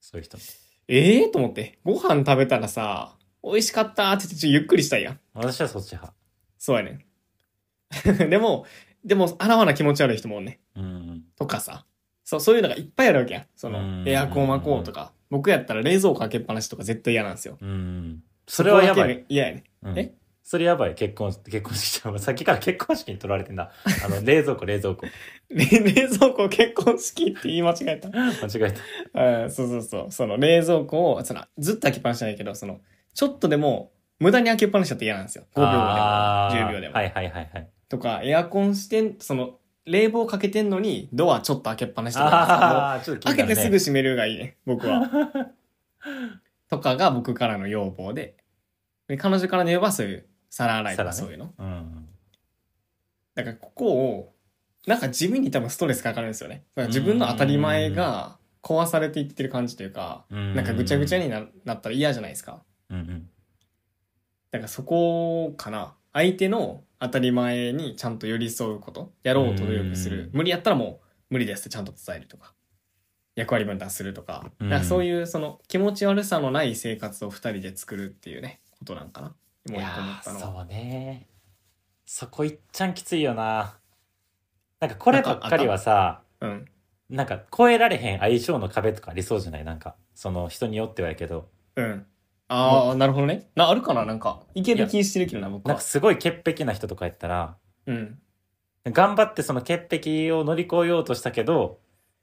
[SPEAKER 1] そういう人も。
[SPEAKER 2] ええと思って。ご飯食べたらさ、美味しかったって言ってちょっとゆっくりしたいやん。
[SPEAKER 1] 私はそっち派。
[SPEAKER 2] そうやね ん。でも、でも、洗わな気持ち悪い人もおんねん。
[SPEAKER 1] うんうん。
[SPEAKER 2] とかさ。そう、そういうのがいっぱいあるわけやん。そ
[SPEAKER 1] うんうんう
[SPEAKER 2] の、
[SPEAKER 1] ん
[SPEAKER 2] エアコンはこうとか。僕やったら冷蔵庫開けっぱなしとか絶対嫌なんですよ。
[SPEAKER 1] うんうん。それはやばい。
[SPEAKER 2] い。嫌やね。
[SPEAKER 1] うん
[SPEAKER 2] え
[SPEAKER 1] それやばい。結婚、結婚式ちゃう。さっきから結婚式に取られてん な。あの、冷蔵庫、冷蔵庫。
[SPEAKER 2] 冷冷蔵庫結婚式って言い間違えた。
[SPEAKER 1] 間違えた。
[SPEAKER 2] うん、そうそうそう。その冷蔵庫を、そのずっと開けっぱなしじゃないけど、その、ちょっとでも、無駄に開けっぱなしだと嫌なんですよ。5秒
[SPEAKER 1] あ
[SPEAKER 2] で
[SPEAKER 1] ー
[SPEAKER 2] も、10秒でも。
[SPEAKER 1] はいはいはいはい。
[SPEAKER 2] とか、エアコンしてん、その、冷房かけてんのに、ドアちょっと開けっぱなしとか、
[SPEAKER 1] ああー、ちょっと
[SPEAKER 2] 開
[SPEAKER 1] 気
[SPEAKER 2] け
[SPEAKER 1] になるね
[SPEAKER 2] てすぐ閉めるがいいね、僕は。 とかが僕からの要望で。で彼女からの要望はそういう、皿洗いとか
[SPEAKER 1] 皿ね
[SPEAKER 2] そういうの。
[SPEAKER 1] うん。
[SPEAKER 2] だからここを、なんか地味に多分ストレスかかるんですよね。だから自分の当たり前が壊されていってる感じというか、
[SPEAKER 1] うん。
[SPEAKER 2] なんかぐちゃぐちゃにななったら嫌じゃないですか。
[SPEAKER 1] うんうん。
[SPEAKER 2] だからそこかな。相手の当たり前にちゃんと寄り添うこと、やろうと努力す
[SPEAKER 1] うん
[SPEAKER 2] る。無理やったらもう無理ですってちゃんと伝えるとか、役割分担するとか、
[SPEAKER 1] うん
[SPEAKER 2] なんかそういうその気持ち悪さのない生活を二人で作るっていうね、ことなんかな。
[SPEAKER 1] い
[SPEAKER 2] 今
[SPEAKER 1] や
[SPEAKER 2] 思った
[SPEAKER 1] ー
[SPEAKER 2] の
[SPEAKER 1] そ
[SPEAKER 2] は。
[SPEAKER 1] うね。そこいっちゃんきついよな。なんかこればっかりはさ、
[SPEAKER 2] うん。
[SPEAKER 1] なんか超えられへん相性の壁とかありそうじゃないなんか、その人によってはやけど、
[SPEAKER 2] うん。ああ、なるほどね。な、あるかななんか、いける気してるけどな、僕
[SPEAKER 1] なん
[SPEAKER 2] は
[SPEAKER 1] か。すごい潔癖な人とかやったら、
[SPEAKER 2] うん。
[SPEAKER 1] 頑張ってその潔癖を乗り越えようとしたけど、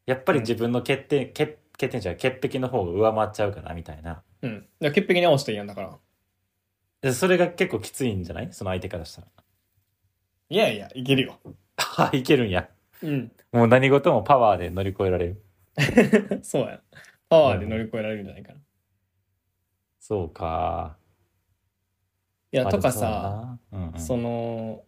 [SPEAKER 1] やっぱり自分の欠点、欠欠点じゃない潔癖の方が上回っちゃうからみたいな。
[SPEAKER 2] うん。だから潔癖に合わせていいやんだから。
[SPEAKER 1] でそれが結構きついんじゃないその相手からしたら。
[SPEAKER 2] いやいや、いけるよ。
[SPEAKER 1] あいけるんや。
[SPEAKER 2] うん。
[SPEAKER 1] もう何事もパワーで乗り越えられる。
[SPEAKER 2] そうや。パワーで乗り越えられるんじゃないかな。い
[SPEAKER 1] そうか。
[SPEAKER 2] や、
[SPEAKER 1] まあ
[SPEAKER 2] と
[SPEAKER 1] で
[SPEAKER 2] か
[SPEAKER 1] もそうだ
[SPEAKER 2] さ、
[SPEAKER 1] なうんうん、
[SPEAKER 2] その、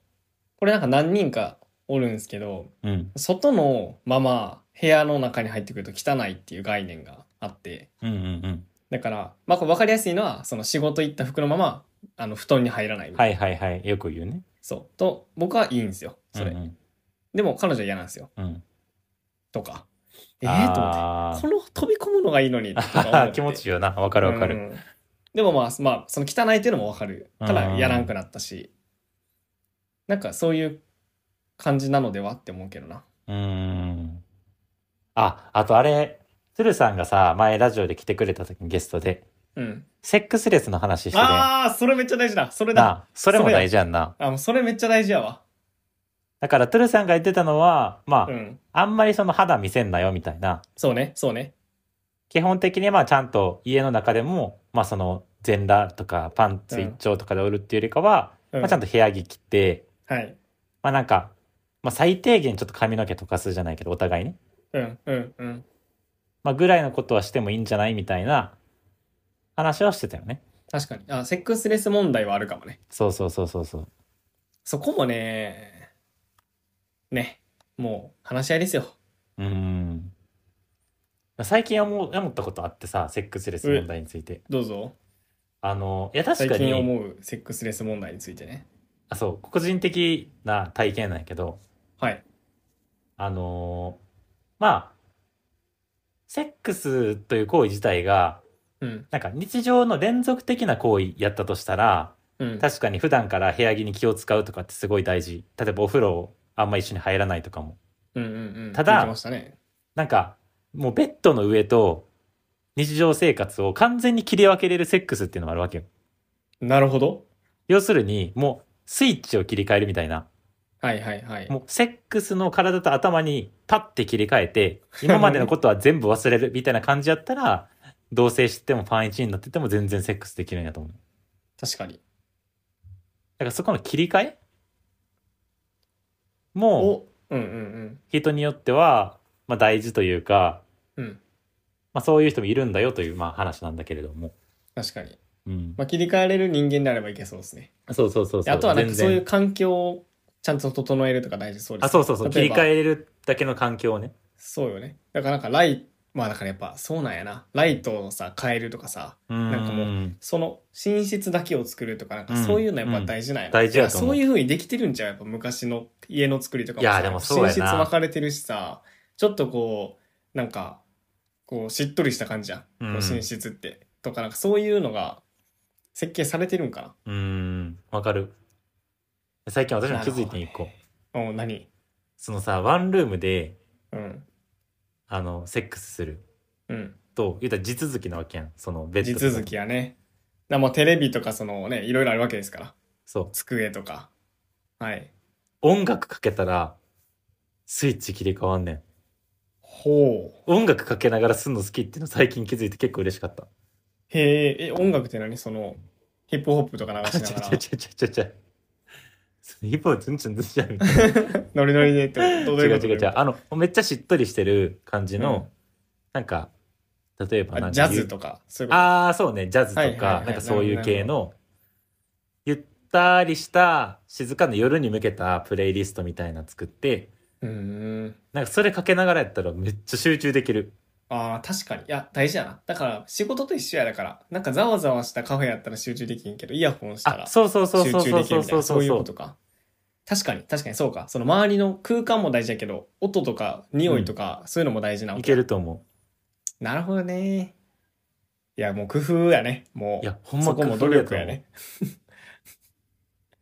[SPEAKER 2] これなんか何人かおるんですけど、
[SPEAKER 1] うん。
[SPEAKER 2] 外のまま部屋の中に入ってくると汚いっていう概念があって、
[SPEAKER 1] うんうん
[SPEAKER 2] だから、まあこれ分かりやすいのは、その仕事行った服のまま、あの、布団に入らないみ
[SPEAKER 1] うん。
[SPEAKER 2] たいな。
[SPEAKER 1] はいはいはい。よく言うね。
[SPEAKER 2] そう。と、僕はいいんですよ。それ。
[SPEAKER 1] うんうん
[SPEAKER 2] でも彼女は嫌なんですよ。
[SPEAKER 1] うん。
[SPEAKER 2] とか。
[SPEAKER 1] え
[SPEAKER 2] ええと思って。この飛び込むのがいいのにとか思っ
[SPEAKER 1] あ
[SPEAKER 2] て
[SPEAKER 1] ー 気持ちいいよな。わかるわか
[SPEAKER 2] う
[SPEAKER 1] る。
[SPEAKER 2] んでもまあ、まあ、その汚いっていうのもわかるから
[SPEAKER 1] うん
[SPEAKER 2] やらんくなったし、なんかそういう感じなのではって思うけどな。
[SPEAKER 1] うーん。あ、あとあれ、鶴さんがさ、前ラジオで来てくれた時にゲストで、
[SPEAKER 2] うん。
[SPEAKER 1] セックスレスの話してね。
[SPEAKER 2] ああ、それめっちゃ大事だ。それ
[SPEAKER 1] な
[SPEAKER 2] だ。
[SPEAKER 1] あそれも大事やんな。
[SPEAKER 2] あ、もうそれめっちゃ大事やわ。
[SPEAKER 1] だから、トゥルさんが言ってたのは、まあ、
[SPEAKER 2] うん。
[SPEAKER 1] あんまりその肌見せんなよ、みたいな。
[SPEAKER 2] そうね、そうね。
[SPEAKER 1] 基本的にまあ、ちゃんと家の中でも、まあ、その、全裸とかパンツ一丁とかでおるっていうよりかは、
[SPEAKER 2] う
[SPEAKER 1] まあ、ちゃんと部屋着着て、
[SPEAKER 2] はい。
[SPEAKER 1] まあ、なんか、まあ、最低限ちょっと髪の毛とかすじゃないけど、お互いね。
[SPEAKER 2] うん、うん、うん。
[SPEAKER 1] まあ、ぐらいのことはしてもいいんじゃないみたいな話はしてたよね。
[SPEAKER 2] 確かに。あ、セックスレス問題はあるかもね。
[SPEAKER 1] そうそうそうそうそう。
[SPEAKER 2] そこもね、ね、もう話し合いですよ。
[SPEAKER 1] うーん。最近思う思ったことあってさ、セックスレス問題について。
[SPEAKER 2] どうぞ。
[SPEAKER 1] あの、いや、確
[SPEAKER 2] 最
[SPEAKER 1] かに。
[SPEAKER 2] 近思うセックスレス問題についてね。
[SPEAKER 1] あそう個人的な体験なんやけど
[SPEAKER 2] はい。
[SPEAKER 1] あのーまあセックスという行為自体が
[SPEAKER 2] うん。
[SPEAKER 1] なんか日常の連続的な行為やったとしたら
[SPEAKER 2] うん。
[SPEAKER 1] 確かに普段から部屋着に気を使うとかってすごい大事例えばお風呂をあんま一緒に入らないとかも
[SPEAKER 2] うんうんうん。
[SPEAKER 1] ただ
[SPEAKER 2] 言ってましたね。
[SPEAKER 1] なんかもうベッドの上と日常生活を完全に切り分けれるセックスっていうのもあるわけよ
[SPEAKER 2] なるほど。
[SPEAKER 1] 要するにもうスイッチを切り替えるみたいな
[SPEAKER 2] はいはいはい。
[SPEAKER 1] もうセックスの体と頭にパッて切り替えて、今までのことは全部忘れるみたいな感じやったら、同棲しててもファン1になってても全然セックスできるんやと思う。だ
[SPEAKER 2] 確かに。
[SPEAKER 1] からそこの切り替えも、
[SPEAKER 2] うんうん
[SPEAKER 1] 人によっては、まあ大事というか、
[SPEAKER 2] うん。うん。
[SPEAKER 1] まあそういう人もいるんだよという、まあ話なんだけれども。
[SPEAKER 2] 確かに。
[SPEAKER 1] うん。
[SPEAKER 2] まあ、切り替えれる人間であればいけそうですね。
[SPEAKER 1] そうそうそうそう。
[SPEAKER 2] あとはなんか
[SPEAKER 1] 全
[SPEAKER 2] そ
[SPEAKER 1] 然
[SPEAKER 2] ういう環境をちゃんと整えるとか大事そうです、ね。
[SPEAKER 1] あ、そうそうそう。切
[SPEAKER 2] 例え
[SPEAKER 1] り
[SPEAKER 2] ば
[SPEAKER 1] 替えれるだけの環境をね。
[SPEAKER 2] そうよね。だからなんかライまあだからやっぱそうなんやな。ライトをさ、変えるとかさ、
[SPEAKER 1] うん。
[SPEAKER 2] なんかもその寝室だけを作るとか、なんかそういうのやっぱ大事なんやな、
[SPEAKER 1] うん大事やと思う
[SPEAKER 2] いやそういう風にできてるんちゃうやっぱ昔の家の作りとか
[SPEAKER 1] いや
[SPEAKER 2] さ
[SPEAKER 1] でもそうやな
[SPEAKER 2] 寝室分かれてるしさ、ちょっとこう、なんか、こうしっとりした感じやん。
[SPEAKER 1] うん
[SPEAKER 2] こう寝室って。とか、なんかそういうのが設計されてるんか
[SPEAKER 1] うーん。わかる。最近私も気づいて一個。
[SPEAKER 2] な。お何
[SPEAKER 1] そのさ、ワンルームで、
[SPEAKER 2] うん。
[SPEAKER 1] あの、セックスする
[SPEAKER 2] うん。
[SPEAKER 1] と、言うたら地続きなわけやん。そのベッ
[SPEAKER 2] 地
[SPEAKER 1] ドと
[SPEAKER 2] 続きやね。らもうテレビとかそのね、いろいろあるわけですから。
[SPEAKER 1] そう。
[SPEAKER 2] 机とか。はい。
[SPEAKER 1] 音楽かけたら、スイッチ切り替わんねん。
[SPEAKER 2] ほう。
[SPEAKER 1] 音楽かけながらすんの好きっていうの最近気づいて結構嬉しかった。
[SPEAKER 2] へえ、え、音楽って何その、ヒップホップとか流
[SPEAKER 1] あ、
[SPEAKER 2] し
[SPEAKER 1] ちゃ
[SPEAKER 2] な
[SPEAKER 1] ち
[SPEAKER 2] が
[SPEAKER 1] ゃちゃちゃちゃちゃ。ヒップホップずんちゃんずんちゃんみたいな
[SPEAKER 2] ら、ノリノリでって、ど
[SPEAKER 1] 違う違う違う。あの、めっちゃしっとりしてる感じの、
[SPEAKER 2] うん
[SPEAKER 1] なんか、例えばなん
[SPEAKER 2] あ
[SPEAKER 1] か
[SPEAKER 2] ジャズとか、そういうこと。
[SPEAKER 1] ああ、そうね、ジャズとか、
[SPEAKER 2] はいはいはい
[SPEAKER 1] なんかそういう系の、ゆったりした、静かな夜に向けたプレイリストみたいな作って、
[SPEAKER 2] うーん。
[SPEAKER 1] なんかそれかけながらやったらめっちゃ集中できる。
[SPEAKER 2] ああ、確かに。いや、大事やな。だから、仕事と一緒やだから、なんかざわざわしたカフェやったら集中できんけど、イヤホンした
[SPEAKER 1] あ、
[SPEAKER 2] ら集
[SPEAKER 1] そうそうそうそう
[SPEAKER 2] 中
[SPEAKER 1] そ
[SPEAKER 2] で
[SPEAKER 1] う
[SPEAKER 2] き
[SPEAKER 1] そう
[SPEAKER 2] るみたい
[SPEAKER 1] そうそ
[SPEAKER 2] な、そうういうことか。確かに、確かにそうか。その周りの空間も大事やけど、音とか匂いとか、そういうのも大事なわ
[SPEAKER 1] い
[SPEAKER 2] け
[SPEAKER 1] け
[SPEAKER 2] や
[SPEAKER 1] ると思
[SPEAKER 2] なるほどね。いや、もう工夫やね。
[SPEAKER 1] う。
[SPEAKER 2] もう、
[SPEAKER 1] いや、ほんま
[SPEAKER 2] そこも努力やね。。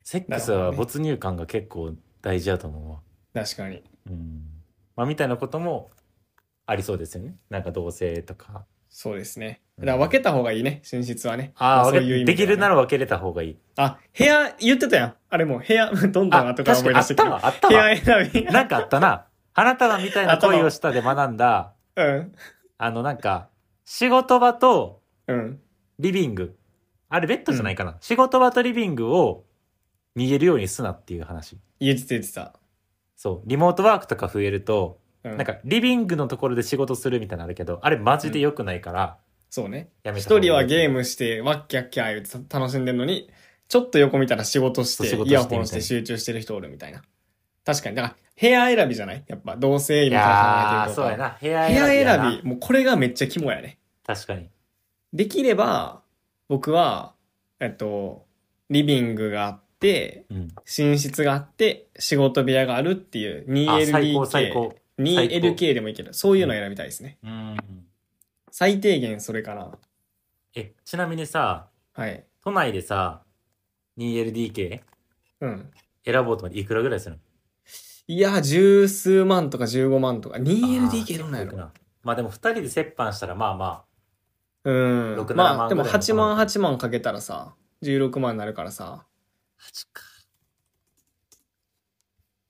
[SPEAKER 1] セックスは没入感が結構大事だと思うわ。
[SPEAKER 2] 確かに。
[SPEAKER 1] うん。まあ、みたいなこともありそうですよね。なんか同性とか。
[SPEAKER 2] そうですね。だから分けた方がいいね、寝室はね。
[SPEAKER 1] ああ、
[SPEAKER 2] ま
[SPEAKER 1] 分
[SPEAKER 2] そう
[SPEAKER 1] け
[SPEAKER 2] いう意味
[SPEAKER 1] で
[SPEAKER 2] で
[SPEAKER 1] き
[SPEAKER 2] はね
[SPEAKER 1] るなら分けれた方がいい。
[SPEAKER 2] あ、部屋、言ってたやん。あれもう部屋、 どんどん
[SPEAKER 1] あ、確
[SPEAKER 2] 後から
[SPEAKER 1] か
[SPEAKER 2] 思い
[SPEAKER 1] に
[SPEAKER 2] 出
[SPEAKER 1] あ
[SPEAKER 2] し
[SPEAKER 1] ってた
[SPEAKER 2] くる。
[SPEAKER 1] わ、あった
[SPEAKER 2] 部
[SPEAKER 1] わ。
[SPEAKER 2] 屋選び。
[SPEAKER 1] なんかあったな。花束みたいな恋をしたで学んだ、
[SPEAKER 2] うん。
[SPEAKER 1] あのなんか、仕事場と
[SPEAKER 2] うん。
[SPEAKER 1] リビング。あれベッドじゃないかな。仕事場とリビングを逃げるようにすなっていう話。
[SPEAKER 2] 言ってた言ってた。
[SPEAKER 1] そう。リモートワークとか増えると、
[SPEAKER 2] うん。
[SPEAKER 1] なんかリビングのところで仕事するみたいなのあるけど、あれマジで良くないから、
[SPEAKER 2] そうね。
[SPEAKER 1] やめた
[SPEAKER 2] 一人はゲー
[SPEAKER 1] ム。
[SPEAKER 2] ムして、ワッキャッキャー言って楽しんでるのに、ちょっと横見たら仕事し
[SPEAKER 1] そう
[SPEAKER 2] て
[SPEAKER 1] 仕、事して
[SPEAKER 2] イヤホンし
[SPEAKER 1] みたい
[SPEAKER 2] て
[SPEAKER 1] な
[SPEAKER 2] 集中してる人おるみたいな。確かに。だから、部屋選びじゃないやっぱ、同性
[SPEAKER 1] い
[SPEAKER 2] 今から
[SPEAKER 1] や
[SPEAKER 2] 考えて
[SPEAKER 1] ー、
[SPEAKER 2] る
[SPEAKER 1] そうや
[SPEAKER 2] と。
[SPEAKER 1] な。部屋
[SPEAKER 2] 部
[SPEAKER 1] 選
[SPEAKER 2] 屋
[SPEAKER 1] びやな。
[SPEAKER 2] 選び、もうこれがめっちゃ肝やね。
[SPEAKER 1] 確かに。
[SPEAKER 2] できれば、僕は、えっと、リビングがあって、
[SPEAKER 1] うん。
[SPEAKER 2] 寝室があって、仕事部屋があるっていう
[SPEAKER 1] あ、最高最
[SPEAKER 2] 2LDK。
[SPEAKER 1] 高。
[SPEAKER 2] 2LK でもいいけど、そういうの選びたいですね。
[SPEAKER 1] うん。
[SPEAKER 2] 最低限それかな。
[SPEAKER 1] え、ちなみにさ、
[SPEAKER 2] はい。
[SPEAKER 1] 都内でさ、2LDK
[SPEAKER 2] うん。
[SPEAKER 1] 選ぼうと思っていくらぐらいするの
[SPEAKER 2] いや、十数万とか15万とか、
[SPEAKER 1] あー
[SPEAKER 2] 2LDK どんなんや
[SPEAKER 1] 結構いく
[SPEAKER 2] ろ
[SPEAKER 1] なまあでも2人で折半したらまあま
[SPEAKER 2] うん
[SPEAKER 1] 6。7
[SPEAKER 2] ま
[SPEAKER 1] 万
[SPEAKER 2] あ、でも
[SPEAKER 1] ぐらい
[SPEAKER 2] 8
[SPEAKER 1] のか
[SPEAKER 2] 万
[SPEAKER 1] な
[SPEAKER 2] 8万かけたらさ、16万になるからさ。
[SPEAKER 1] あ、8か。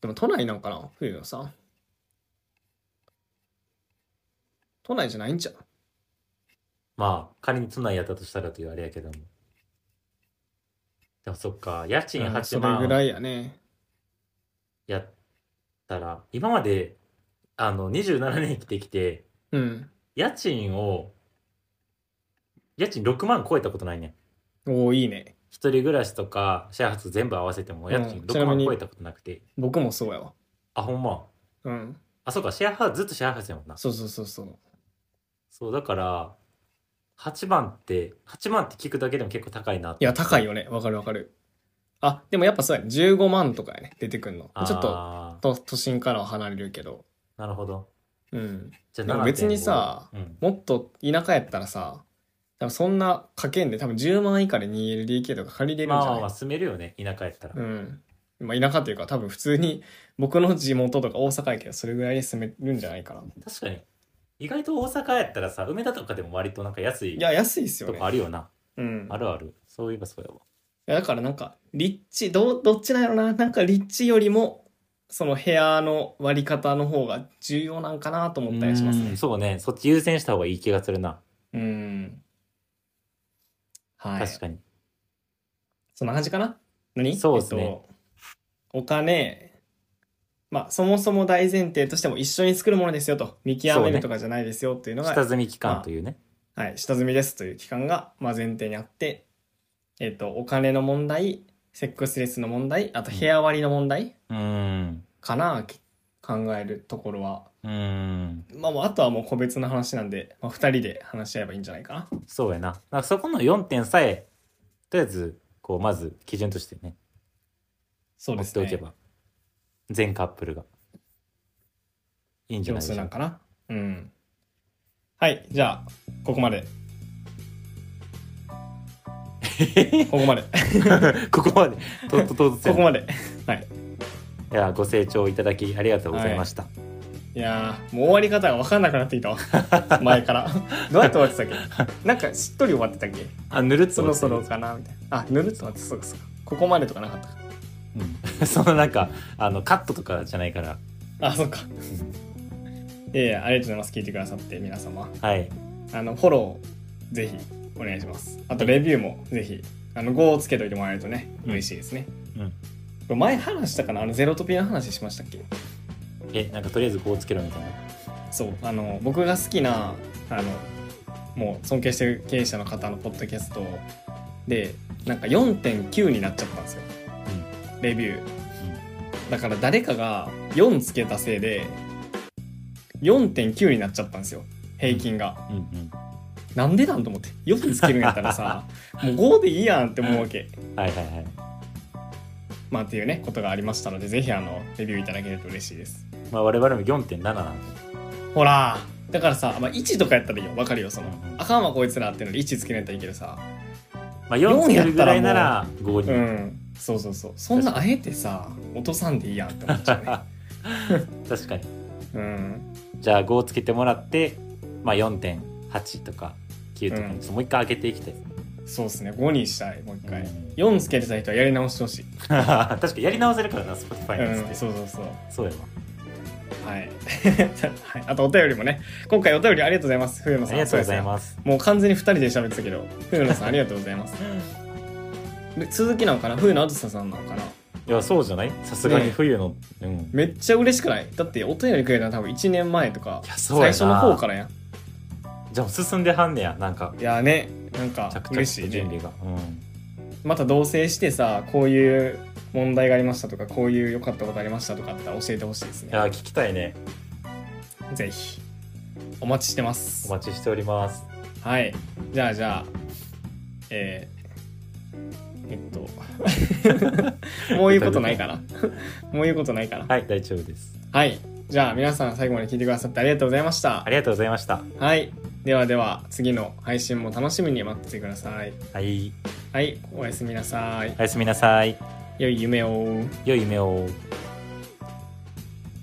[SPEAKER 2] でも都内なんかな冬のさん。都内じゃないんじゃう
[SPEAKER 1] まあ仮に都内やったとしたらというあれやけども。でもそっか、家賃
[SPEAKER 2] うんそ
[SPEAKER 1] 8
[SPEAKER 2] れぐら
[SPEAKER 1] 万
[SPEAKER 2] いやね。
[SPEAKER 1] やったら、今まであの27年生きてきて、
[SPEAKER 2] うん。
[SPEAKER 1] 家賃を、家賃6万超えたことないねん。
[SPEAKER 2] おおいいね。
[SPEAKER 1] 一人暮らしとかシェアハウス全部合わせても家賃
[SPEAKER 2] うん
[SPEAKER 1] 6
[SPEAKER 2] ちなみ
[SPEAKER 1] 万
[SPEAKER 2] に
[SPEAKER 1] 超えたことなくて。
[SPEAKER 2] 僕もそうやわ。
[SPEAKER 1] あ、ほんま。
[SPEAKER 2] うん。
[SPEAKER 1] あ、そうか、シェアハウス、ずっとシェアハウスやもんな。
[SPEAKER 2] そうそうそうそう。
[SPEAKER 1] そう、だから、8番って、8万って聞くだけでも結構高いなって。
[SPEAKER 2] いや、高いよね。わかるわかる。あ、でもやっぱそうやね。15万とかやね。出てくんの。ちょっと
[SPEAKER 1] あ
[SPEAKER 2] と、都心からは離れるけど。
[SPEAKER 1] ーなるほど。
[SPEAKER 2] うん。
[SPEAKER 1] じゃ
[SPEAKER 2] で
[SPEAKER 1] あ
[SPEAKER 2] も別にさ
[SPEAKER 1] 7.5うん
[SPEAKER 2] もっと田舎やったらさ、多分そんなかけんで、多分10万以下で 2LDK とか借りれる
[SPEAKER 1] ま
[SPEAKER 2] ん
[SPEAKER 1] あ
[SPEAKER 2] じゃ
[SPEAKER 1] ま
[SPEAKER 2] な
[SPEAKER 1] あ
[SPEAKER 2] い、
[SPEAKER 1] まあ、住めるよね、田舎やったら。
[SPEAKER 2] うん。まあ田舎というか多分普通に僕の地元とか大阪やけどそれぐらいで住めるんじゃないかな。
[SPEAKER 1] 確かに。意外と大阪やったらさ、梅田とかでも割となんか安い
[SPEAKER 2] いや、安いですよ
[SPEAKER 1] と
[SPEAKER 2] ね
[SPEAKER 1] か。あるよな。
[SPEAKER 2] うん。
[SPEAKER 1] あるある。そういえばそうやわ。
[SPEAKER 2] いやだからなんか、立地、どう、どっちなんやろな。なんか立地よりも、その部屋の割り方の方が重要なんかなと思ったりします
[SPEAKER 1] う
[SPEAKER 2] ね
[SPEAKER 1] ん。そうね、そっち優先した方がいい気がするな。
[SPEAKER 2] うん。はい。
[SPEAKER 1] 確かに。
[SPEAKER 2] そんな感じかな何
[SPEAKER 1] そうですね
[SPEAKER 2] えっと、お金、まあ、そもそも大前提としても一緒に作るものですよと、見極め
[SPEAKER 1] そうね
[SPEAKER 2] るとかじゃないですよっていうのが、
[SPEAKER 1] 下積み期間というね。
[SPEAKER 2] はい、下積みですという期間が、まあ、前提にあって、えっと、お金の問題、セックスレスの問題、あと部屋割りの問題
[SPEAKER 1] うん。
[SPEAKER 2] かな、き考えるところは。
[SPEAKER 1] うん。
[SPEAKER 2] まあ、もうあとはもう個別の話なんで、まあ、二人で話し合えばいいんじゃないかな。
[SPEAKER 1] そうやな。だからそこの4点さえ、とりあえず、こう、まず基準としてね、
[SPEAKER 2] そう
[SPEAKER 1] 持
[SPEAKER 2] で
[SPEAKER 1] っ
[SPEAKER 2] す
[SPEAKER 1] てお
[SPEAKER 2] ね
[SPEAKER 1] け。ば、全カップルが。いいんじゃ
[SPEAKER 2] 様
[SPEAKER 1] ないで
[SPEAKER 2] 子
[SPEAKER 1] しょ
[SPEAKER 2] な
[SPEAKER 1] うんか。
[SPEAKER 2] かな。うん。はい、じゃあ、ここまで。ここまで。
[SPEAKER 1] ここまで、とっととっと
[SPEAKER 2] ここまで。
[SPEAKER 1] いや、ご清聴いただきありがとうございました。
[SPEAKER 2] いやーもう終わり方が分かんなくなって きたわ前からどうやって終わってたっけなんかしっとり終わってたっけ
[SPEAKER 1] あぬるっと
[SPEAKER 2] そろそろかなみたいなあぬるっと待ってそうかそうかここまでとかなかったか
[SPEAKER 1] うん、 そのなんかあのカットとかじゃないから
[SPEAKER 2] あそっかいやいやありがとうございます聞いてくださって皆様
[SPEAKER 1] はい
[SPEAKER 2] あのフォローぜひお願いしますあとレビューもぜひあの5をつけといてもらえるとね
[SPEAKER 1] うん
[SPEAKER 2] 嬉しいですね、
[SPEAKER 1] うん
[SPEAKER 2] これ前話したかなあのゼロトピの話しましたっけ
[SPEAKER 1] えなんかとりあえずこうつけろみたいな
[SPEAKER 2] そうあの僕が好きなあのもう尊敬してる経営者の方のポッドキャストでなんか4.9になっちゃったんですよレビューだから誰かが4つけたせいで4.9になっちゃったんですよ平均が
[SPEAKER 1] うんうん
[SPEAKER 2] なんでなんと思って4つけるんやったらさもう5でいいやんって思うわけ
[SPEAKER 1] うんはいはいはい
[SPEAKER 2] まあっていうねことがありましたのでぜひあのレビューいただけると嬉しいです
[SPEAKER 1] まあ我々も4.7なんで
[SPEAKER 2] ほらだからさ、まあ、1とかやったらいいよわかるよその
[SPEAKER 1] うんうん
[SPEAKER 2] あかんわこいつらっていうので1つけないといいけどさ
[SPEAKER 1] まあ4つけるぐらいなら5に、
[SPEAKER 2] うんそうそうそうそんなあえてさ落とさんでいいやんって思っちゃうね
[SPEAKER 1] 確かに
[SPEAKER 2] うん
[SPEAKER 1] じゃあ5つけてもらってまあ4.8とか9とかにちょっともう一回上げていきたい、
[SPEAKER 2] そうっすね5にしたいもう一
[SPEAKER 1] う
[SPEAKER 2] 回
[SPEAKER 1] ん
[SPEAKER 2] 4つけてた人はやり直してほしい
[SPEAKER 1] 確かにやり直せるからな Spotify のやつっ
[SPEAKER 2] う
[SPEAKER 1] て、
[SPEAKER 2] んそうそうそう
[SPEAKER 1] そうやわ
[SPEAKER 2] はい はいあとお便りもね今回お便りありがとうございます冬野
[SPEAKER 1] あ
[SPEAKER 2] さん
[SPEAKER 1] りがとうございます
[SPEAKER 2] そうですねもう完全に2人で喋ってたけど冬野さんありがとうござ いますで続きなのかな冬野あずささんなのかない
[SPEAKER 1] やそうじゃないさすがに冬の、うんい
[SPEAKER 2] めっちゃ嬉しくないだってお便りくれたの多分1年前とか
[SPEAKER 1] やそうや
[SPEAKER 2] 最
[SPEAKER 1] な
[SPEAKER 2] 初の方からやん
[SPEAKER 1] じゃあもう進んではんねやなんか
[SPEAKER 2] いやねなんか
[SPEAKER 1] 着々と
[SPEAKER 2] 嬉しいね
[SPEAKER 1] 準備が、うん
[SPEAKER 2] また同棲してさこういう問題がありましたとかこういう良かったことありましたとかあったら教えてほしいです
[SPEAKER 1] い
[SPEAKER 2] ね
[SPEAKER 1] や聞きたいね
[SPEAKER 2] ぜひお待ちしてま
[SPEAKER 1] お
[SPEAKER 2] す
[SPEAKER 1] 待ちしております
[SPEAKER 2] はいじゃあじゃあえー、 えっともう言うことないかなもう言うことないかな
[SPEAKER 1] はい大丈夫です
[SPEAKER 2] はいじゃあ皆さん最後まで聞いてくださってありがとうございました
[SPEAKER 1] ありがとうございました
[SPEAKER 2] はいではでは次の配信も楽しみに待っててください
[SPEAKER 1] はい
[SPEAKER 2] はいおやすみなさい
[SPEAKER 1] おやすみなさい
[SPEAKER 2] 良い夢を
[SPEAKER 1] 良い夢を